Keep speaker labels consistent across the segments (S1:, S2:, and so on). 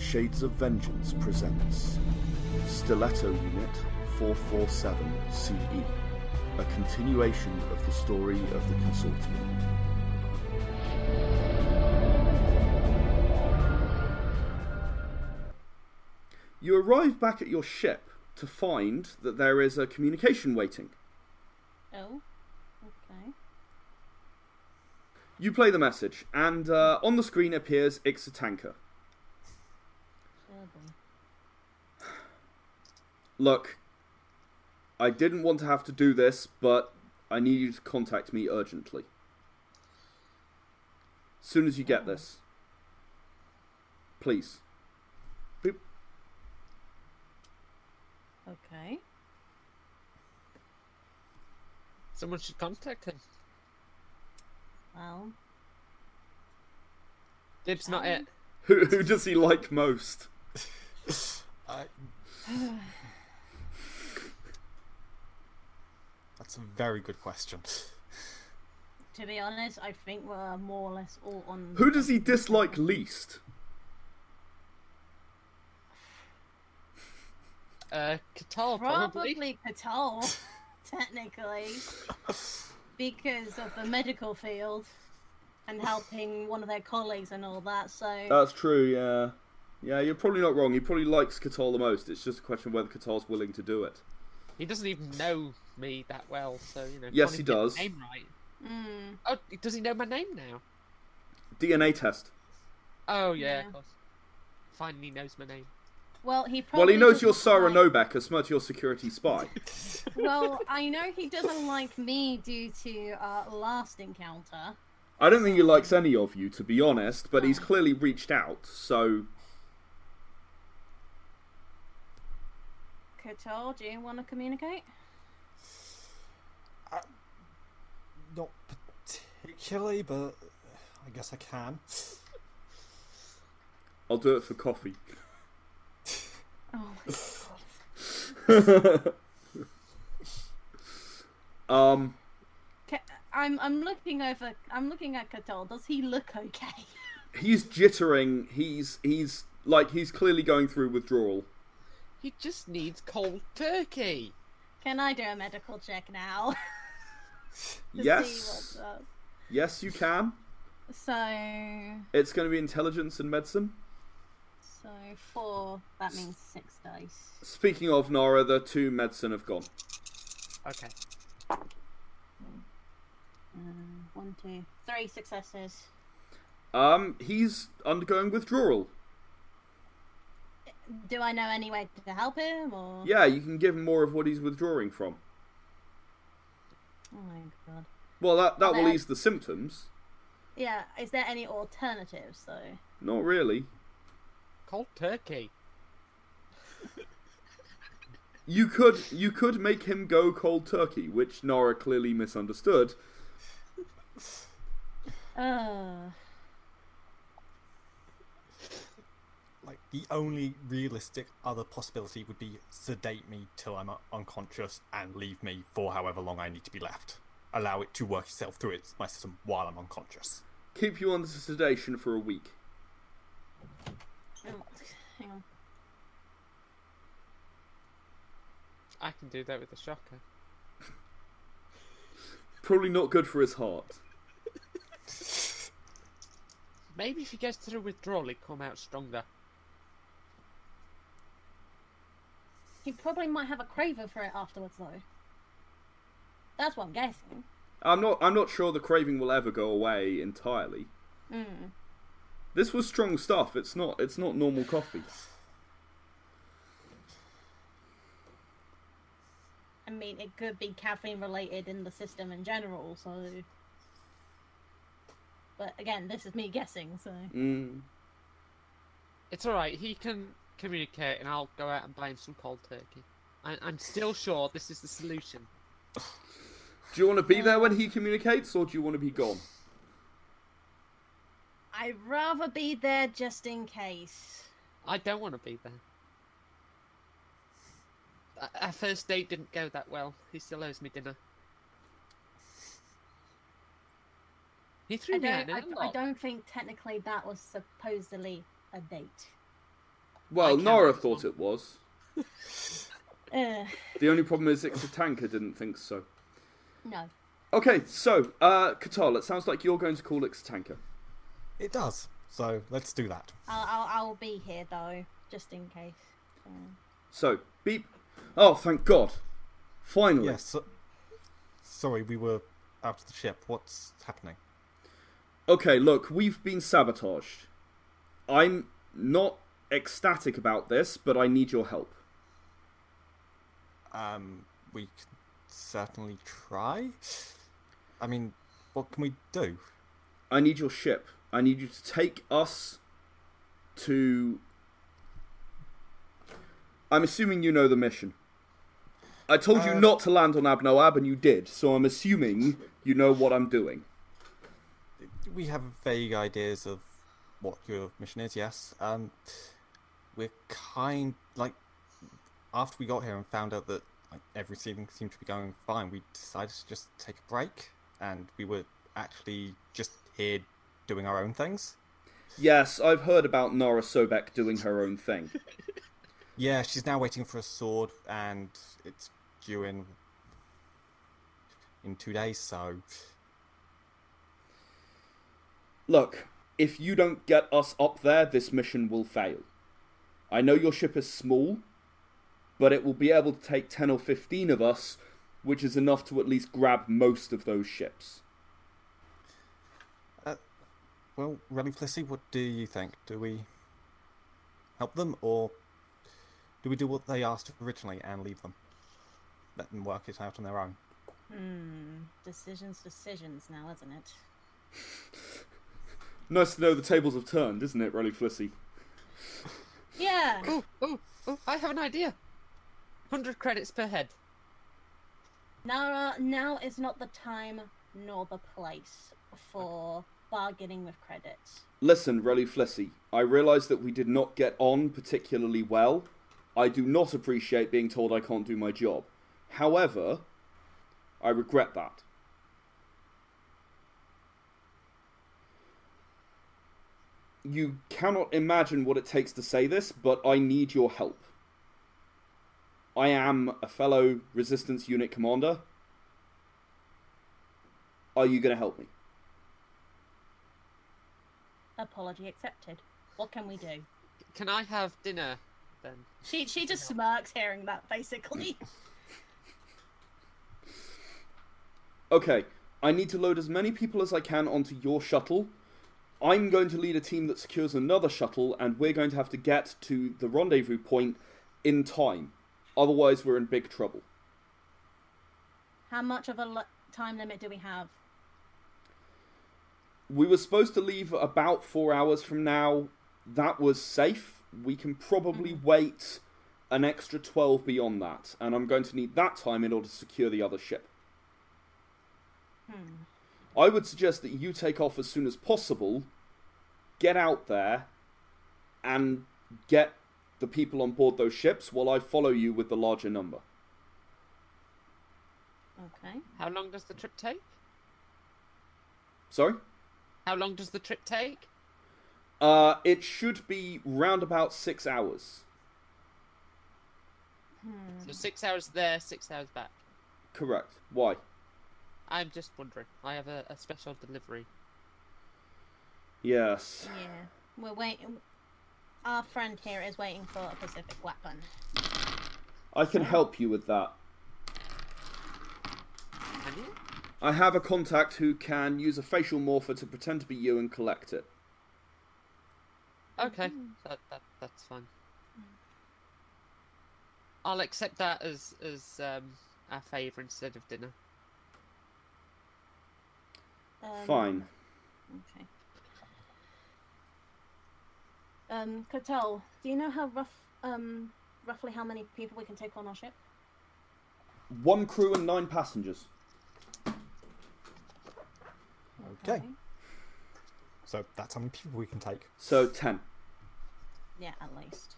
S1: Shades of Vengeance presents Stiletto Unit 447 CE, E, a continuation of the story of the Consortium. You arrive back at your ship to find that there is a communication waiting.
S2: Oh, okay.
S1: You play the message, and uh, on the screen appears Ixatanka.
S2: Sure boy.
S1: Look, I didn't want to have to do this, but I need you to contact me urgently. Soon as you get this. Please. Boop.
S2: Okay.
S3: Someone should contact him.
S2: Well,
S3: Dib's not it.
S1: Who, who does he like most?
S4: I... That's a very good question.
S2: to be honest, I think we're more or less all on.
S1: Who does he dislike least?
S3: Uh, Catal probably.
S2: Probably Patel, technically, because of the medical field and helping one of their colleagues and all that. So
S1: That's true, yeah. Yeah, you're probably not wrong. He probably likes Catal the most. It's just a question of whether Catal's willing to do it.
S3: He doesn't even know me that well, so you know.
S1: Yes,
S3: can't
S1: he
S3: even get the
S1: does.
S3: Name right. Oh, does he know my name now?
S1: DNA test.
S3: Oh yeah,
S2: Yeah.
S3: of course. Finally knows my name.
S2: well, he probably
S1: Well, he knows
S2: doesn't
S1: you're Sarah
S2: like-
S1: Novak, as much your security spy.
S2: Well, I know he doesn't like me due to our last encounter.
S1: I don't think he likes any of you, to be honest, but he's clearly reached out, so
S2: Catal, do you want to communicate?
S4: Not particularly, but I guess I can.
S1: I'll do it for coffee.
S2: Oh my god.
S1: um,
S2: Ca- I'm I'm looking over. I'm looking at Catal. Does he look okay?
S1: he's jittering. He's he's like he's clearly going through withdrawal.
S3: He just needs cold turkey.
S2: Can I do a medical check now? To see
S1: yes,
S2: what's up?
S1: yes, you can.
S2: So
S1: It's going to be intelligence and medicine.
S2: so four. That means six dice.
S1: Speaking of Nara, the two medicine have gone.
S3: Okay.
S2: Um, one, two, three successes.
S1: Um, he's undergoing withdrawal.
S2: Do I know any way to help him or?
S1: Yeah, you can give him more of what he's withdrawing from.
S2: Oh my god.
S1: Well, that that will
S2: Hello.
S1: ease the symptoms.
S2: Yeah. Is there any alternatives though?
S1: Not really.
S3: Cold turkey.
S1: You could you could make him go cold turkey, which Nara clearly misunderstood.
S2: Uh,
S4: Like, the only realistic other possibility would be sedate me till I'm unconscious and leave me for however long I need to be left. Allow it to work itself through its, my system while I'm unconscious.
S1: Keep you under sedation for a week.
S2: hang on, hang on.
S3: I can do that with a shocker.
S1: Probably not good for his heart.
S3: Maybe if he goes through withdrawal, he'd come out stronger.
S2: He probably might have a craver for it afterwards though. That's what I'm guessing.
S1: I'm not I'm not sure the craving will ever go away entirely.
S2: Mm.
S1: This was strong stuff. It's not it's not normal coffee.
S2: I mean, it could be caffeine related in the system in general, so. But again, this is me guessing, so.
S1: Mm.
S3: It's all right. He can communicate, and I'll go out and buy him some cold turkey. I- I'm still sure this is the solution.
S1: Do you want to be there when he communicates, or do you want to be gone?
S2: I'd rather be there just in case.
S3: I don't want to be there. O- Our first date didn't go that well. He still owes me dinner. He threw
S2: I
S3: me out
S2: don't,
S3: in a
S2: I, I
S3: lot.
S2: don't think technically that was supposedly a date.
S1: Well,
S3: I
S1: Nora
S3: can't-
S1: thought it was.
S2: Uh,
S1: The only problem is Ixatanka didn't think so.
S2: no.
S1: Okay, so, uh, Katal, it sounds like you're going to call Ixatanka.
S4: It does. So let's do that.
S2: I'll, I'll, I'll be here though, just in case.
S1: So, beep. Oh, thank God. Finally.
S4: Yes. so- sorry, we were out of the ship. What's happening?
S1: Okay, look, we've been sabotaged. I'm not ecstatic about this, but I need your help.
S4: Um, we could certainly try. I mean, what can we do?
S1: I need your ship. I need you to take us to. I'm assuming you know the mission. I told you
S4: Uh,
S1: not to land on Abnoab, and you did, so I'm assuming you know what I'm doing.
S4: We have vague ideas of what your mission is. Yes. Um, we're kind like after we got here and found out that like everything seemed to be going fine, we decided to just take a break, and we were actually just here doing our own things.
S1: Yes, I've heard about Nora Sobek doing her own thing.
S4: Yeah, she's now waiting for a sword, and it's due in in two days. So,
S1: Look, if you don't get us up there, this mission will fail. I know your ship is small, but it will be able to take 10 or 15 of us, which is enough to at least grab most of those ships.
S4: well, Remy Plessy, what do you think? Do we help them, or do we do what they asked originally and leave them? Let them work it out on their own.
S2: Decisions, decisions now, isn't it?
S1: Nice to know the tables have turned, isn't it, Rolly Flissy?
S2: Yeah.
S3: Ooh, ooh, ooh, I have an idea. 100 credits per head.
S2: Now, now is not the time nor the place for bargaining with credits.
S1: Listen, Rolly Flissy, I realise that we did not get on particularly well. I do not appreciate being told I can't do my job. However, I regret that. You cannot imagine what it takes to say this, but I need your help. I am a fellow resistance unit commander. Are you going to help me?
S2: Apology accepted. What can we do?
S3: Can I have dinner then?
S2: She she just smirks hearing that basically.
S1: Okay, I need to load as many people as I can onto your shuttle. I'm going to lead a team that secures another shuttle, and we're going to have to get to the rendezvous point in time. Otherwise, we're in big trouble.
S2: How much of a li- time limit do we have?
S1: We were supposed to leave about four hours from now. That was safe. We can probably wait an extra 12 beyond that, and I'm going to need that time in order to secure the other ship. I would suggest that you take off as soon as possible, get out there, and get the people on board those ships while I follow you with the larger number.
S2: Okay.
S3: How long does the trip take?
S1: Sorry?
S3: How long does the trip take?
S1: Uh, it should be round about six hours.
S2: Mm.
S3: So six hours there, six hours back.
S1: Correct. Why?
S3: I'm just wondering. I have a, a special delivery.
S1: Yes.
S2: Yeah. We're waiting. Our friend here is waiting for a Pacific weapon.
S1: I can help you with that.
S3: Can you?
S1: I have a contact who can use a facial morpher to pretend to be you and collect it.
S3: Okay, that, that that's fine. I'll accept that as as um, our favour instead of dinner.
S2: Um,
S1: Fine.
S2: Okay. Um, Kotel, do you know how rough, um, roughly how many people we can take on our ship?
S1: One crew and nine passengers.
S4: Okay. So that's how many people we can take.
S1: So ten,
S2: Yeah, at least.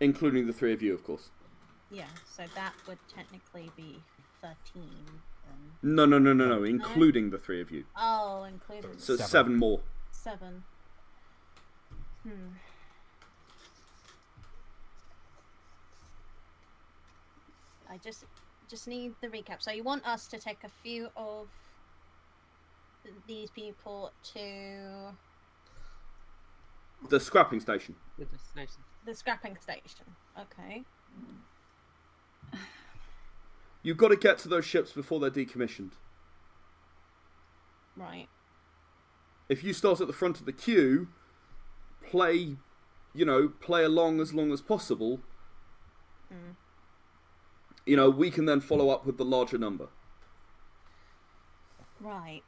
S1: including the three of you, of course.
S2: Yeah, so that would technically be 13. Then.
S1: No, no, no, no, no, including the three of you.
S2: Oh, including
S1: So it's
S4: Seven.
S1: seven more.
S2: seven. Hmm. I just just need the recap. So you want us to take a few of these people to
S1: The scrapping station.
S3: The destination.
S2: the scrapping station. Okay.
S1: You've got to get to those ships before they're decommissioned.
S2: Right.
S1: If you start at the front of the queue, play, you know, play along as long as possible. You know, we can then follow up with the larger number.
S2: Right.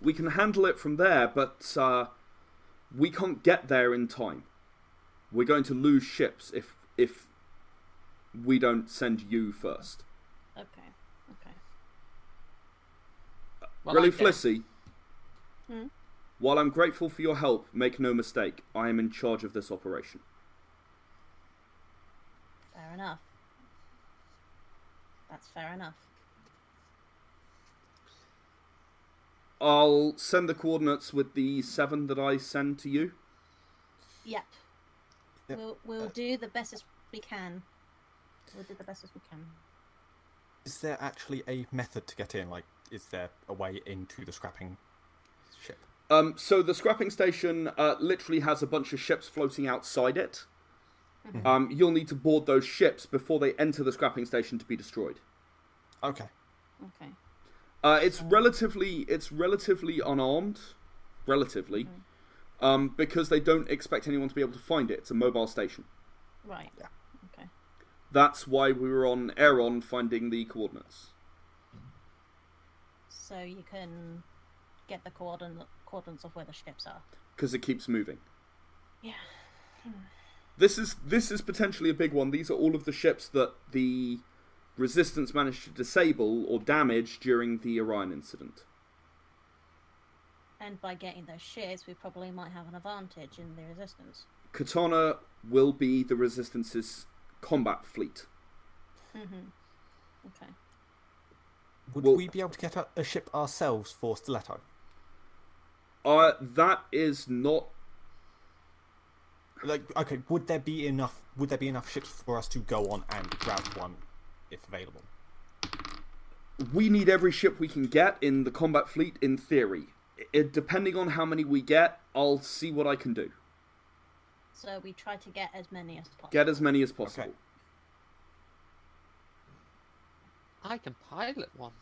S1: We can handle it from there, but uh, we can't get there in time. We're going to lose ships if if we don't send you first.
S2: Okay. Okay.
S3: Well,
S1: really,
S3: I guess-
S1: Flissy. While I'm grateful for your help, make no mistake, I am in charge of this operation.
S2: Fair enough. That's fair enough.
S1: I'll send the coordinates with the seven that I send to you.
S2: Yep.
S4: Yep.
S2: We'll we'll do the best as we can. We'll do the best as we can.
S4: Is there actually a method to get in? Like, is there a way into the scrapping ship?
S1: Um, so the scrapping station uh, literally has a bunch of ships floating outside it. Um, you'll need to board those ships before they enter the scrapping station to be destroyed.
S4: Okay.
S2: Okay.
S1: Uh, it's relatively it's relatively unarmed, relatively, um, because they don't expect anyone to be able to find it. It's a mobile station.
S2: Right. Okay.
S1: That's why we were on Aeron finding the coordinates.
S2: So you can get the coordin- coordinates of where the ships are.
S1: because it keeps moving.
S2: Yeah.
S1: This is this is potentially a big one. These are all of the ships that the resistance managed to disable or damage during the Orion incident.
S2: And by getting those ships, we probably might have an advantage in the resistance.
S1: Katana will be the resistance's combat fleet.
S2: Okay.
S4: Would
S1: Well-
S4: we be able to get a, a ship ourselves for Stiletto?
S1: Uh, that is not
S4: Like, okay, would there be enough? Would there be enough ships for us to go on and grab one, if available?
S1: we need every ship we can get in the combat fleet in theory. I depending on how many we get, I'll see what I can do.
S2: So we try to get as many as possible.
S1: Get as many as possible.
S4: Okay.
S3: I can pilot one.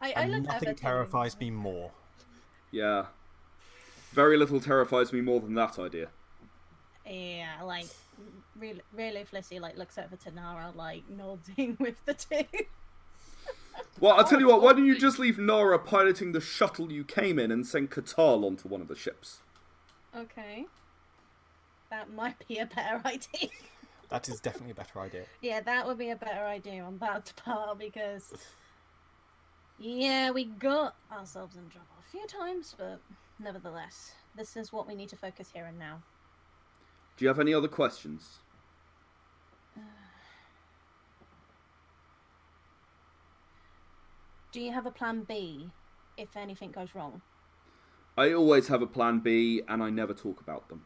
S2: I, I
S4: And
S2: looked over
S4: nothing
S2: to-
S4: terrifies me more.
S1: Yeah. Very little terrifies me more than that idea.
S2: Yeah, like really, really, Flissy like looks over to Nara, like nodding with the two.
S1: Well, I'll tell you what, why don't you just leave Nora piloting the shuttle you came in and send Katal onto one of the ships?
S2: okay. That might be a better idea.
S4: That is definitely a better idea.
S2: yeah, that would be a better idea on that part because. Yeah, we got ourselves in trouble a few times, but nevertheless, this is what we need to focus here and now.
S1: Do you have any other questions?
S2: Do you have a plan B if anything goes wrong?
S1: I always have a plan B and I never talk about them.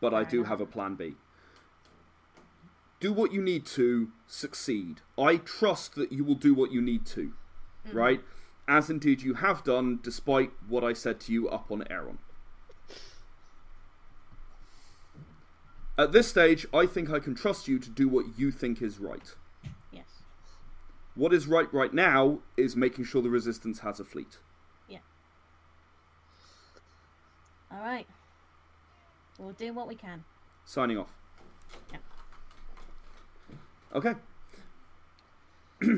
S1: But I
S2: Fair
S1: do
S2: enough.
S1: have a plan B. Do what you need to succeed. I trust that you will do what you need to,
S2: Mm.
S1: right? As indeed you have done, despite what I said to you up on Aaron. At this stage, I think I can trust you to do what you think is right.
S2: Yes.
S1: What is right right now is making sure the Resistance has a fleet.
S2: Yeah. All right. We'll do what we can.
S1: Signing off.
S2: Yeah.
S1: Okay.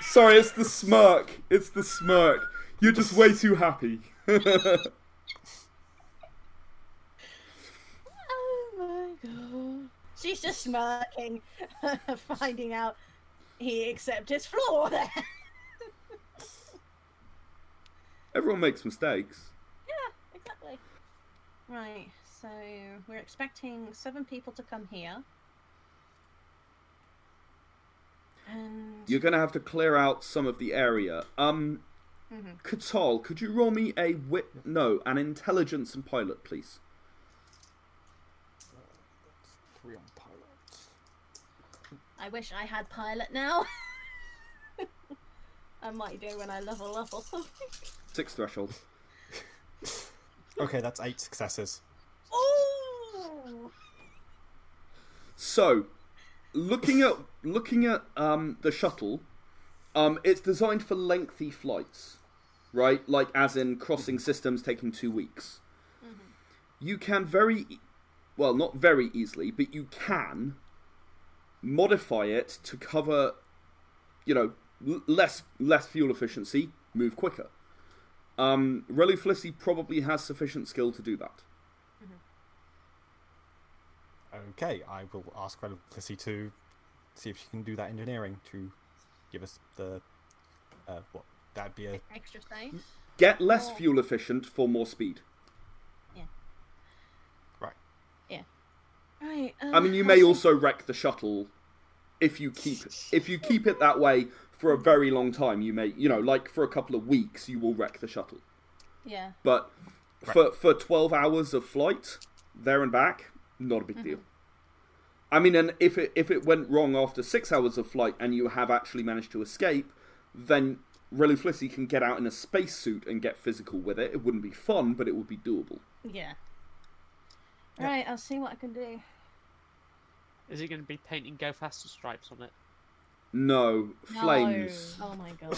S1: Sorry, it's the smirk. It's the smirk. You're just way too happy.
S2: Oh my god. She's just smirking, finding out he accepts his flaw there.
S1: Everyone makes mistakes.
S2: yeah, exactly. Right, so we're expecting seven people to come here. And
S1: You're gonna have to clear out some of the area. Um, Katal, could you roll me a wit? No, an intelligence and pilot, please.
S4: three on pilot.
S2: I wish I had pilot now. I might do when I level up or something.
S1: Six threshold.
S4: Okay, that's eight successes.
S2: Oh!
S1: So, looking at looking at um, the shuttle, um, it's designed for lengthy flights, right? Like as in crossing systems taking two weeks. You can very, e- well, not very easily, but you can modify it to cover, you know, l- less less fuel efficiency, move quicker. Um, Relu Felicity probably has sufficient skill to do that.
S4: Okay, I will ask Reliplicity to see if she can do that engineering to give us the uh, what that'd be a
S2: Extra space.
S1: Mm. Get less
S2: Oh.
S1: fuel efficient for more speed.
S4: right.
S2: Yeah. Right. Uh,
S1: I mean, you may also wreck the shuttle if you keep if you keep it that way for a very long time. You may, you know, like for a couple of weeks, you will wreck the shuttle.
S2: Yeah.
S1: But for for twelve hours of flight there and back, not a big deal. I mean, and if it if it went wrong after six hours of flight and you have actually managed to escape, then Reluflissy can get out in a spacesuit and get physical with it. It wouldn't be fun, but it would be doable.
S2: Yeah. Right, I'll see what I can do.
S3: Is it going to be painting go faster stripes on it?
S1: No flames.
S2: No. Oh my god.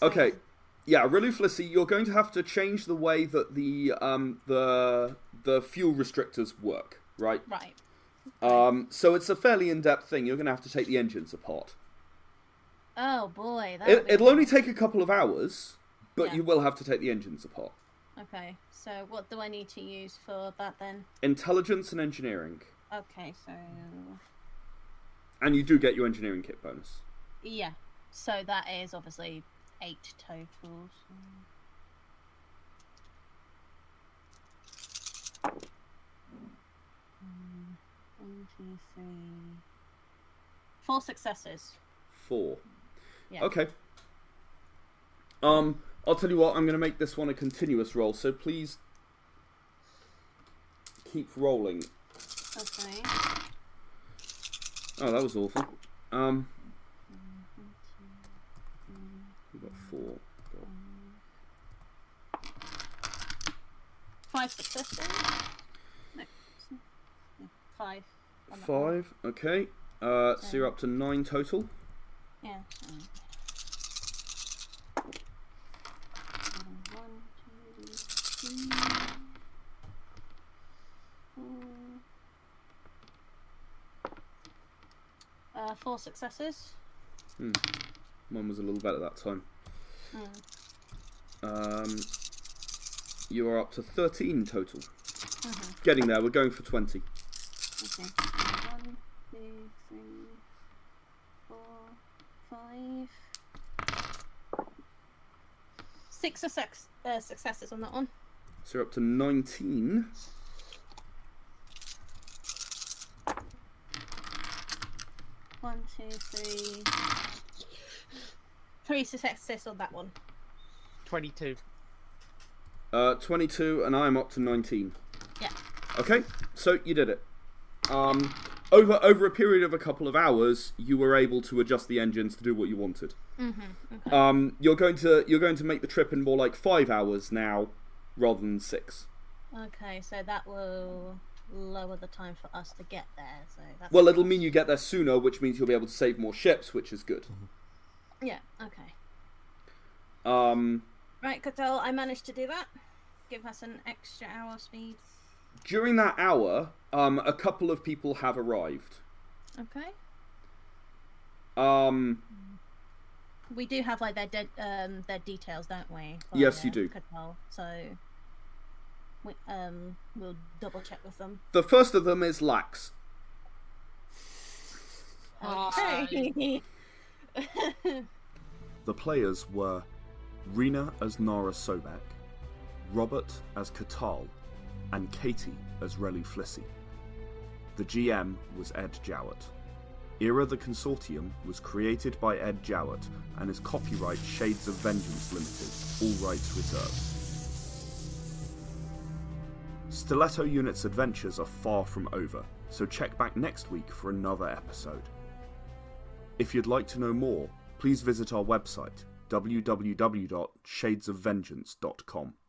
S1: Okay. Yeah, Reluflissy, you're going to have to change the way that the um the the fuel restrictors work, right?
S2: Right.
S1: Um so it's a fairly in-depth thing. You're going to have to take the engines apart.
S2: Oh boy. That
S1: It, it'll only take a couple of hours, but
S2: Yeah.
S1: you will have to take the engines apart.
S2: Okay, so what do I need to use for that then?
S1: Intelligence and engineering.
S2: Okay, so
S1: And you do get your engineering kit bonus.
S2: yeah, so that is obviously eight totals. One, two, three, four successes.
S1: Four.
S2: Yeah.
S1: Okay. Um, I'll tell you what, I'm going to make this one a continuous roll, so please keep rolling.
S2: Okay.
S1: Oh, that was awful. Um, we got four.
S2: Five successes. No. yeah, Five. on that one.
S1: Five. Okay. Uh, so you're up to nine total.
S2: Yeah. One, two, three, four. Uh, four successes.
S1: Mine was a little better that time.
S2: Hmm,
S1: Um, you are up to thirteen total. Getting there. We're going for twenty.
S2: Okay. One, two, three, four, five. Six or six uh, successes on that one.
S1: So you're up to nineteen.
S2: One, two, three. Three successes on that one.
S3: 22.
S1: Uh, twenty-two, and I'm up to nineteen.
S2: Yeah.
S1: Okay, so you did it. Um, over over a period of a couple of hours, you were able to adjust the engines to do what you wanted. Mm-hmm, Um, you're going to you're going to make the trip in more like five hours now, rather than six.
S2: Okay, so that will lower the time for us to get there. So that's
S1: Well, it'll mean you get there sooner, which means you'll be able to save more ships, which is good.
S2: yeah. Okay,
S1: Um,
S2: right, Cattell, I managed to do that. Give us an extra hour of speed.
S1: during that hour, um, a couple of people have arrived.
S2: Okay.
S1: Um,
S2: We do have like their de- um their details, don't we? for,
S1: Yes, you
S2: uh,
S1: do.
S2: Cattell, so we um we'll double check with them.
S1: the first of them is Lax.
S2: Okay.
S5: The players were Rena as Nara Sobek, Robert as Katal, and Katie as Relu Flissy. The GM was Ed Jowett. Era the Consortium was created by Ed Jowett and is copyright Shades of Vengeance Limited, all rights reserved.
S1: Stiletto Unit's adventures are far from over, so check back next week for another episode. If you'd like to know more, please visit our website www.shadesofvengeance.com.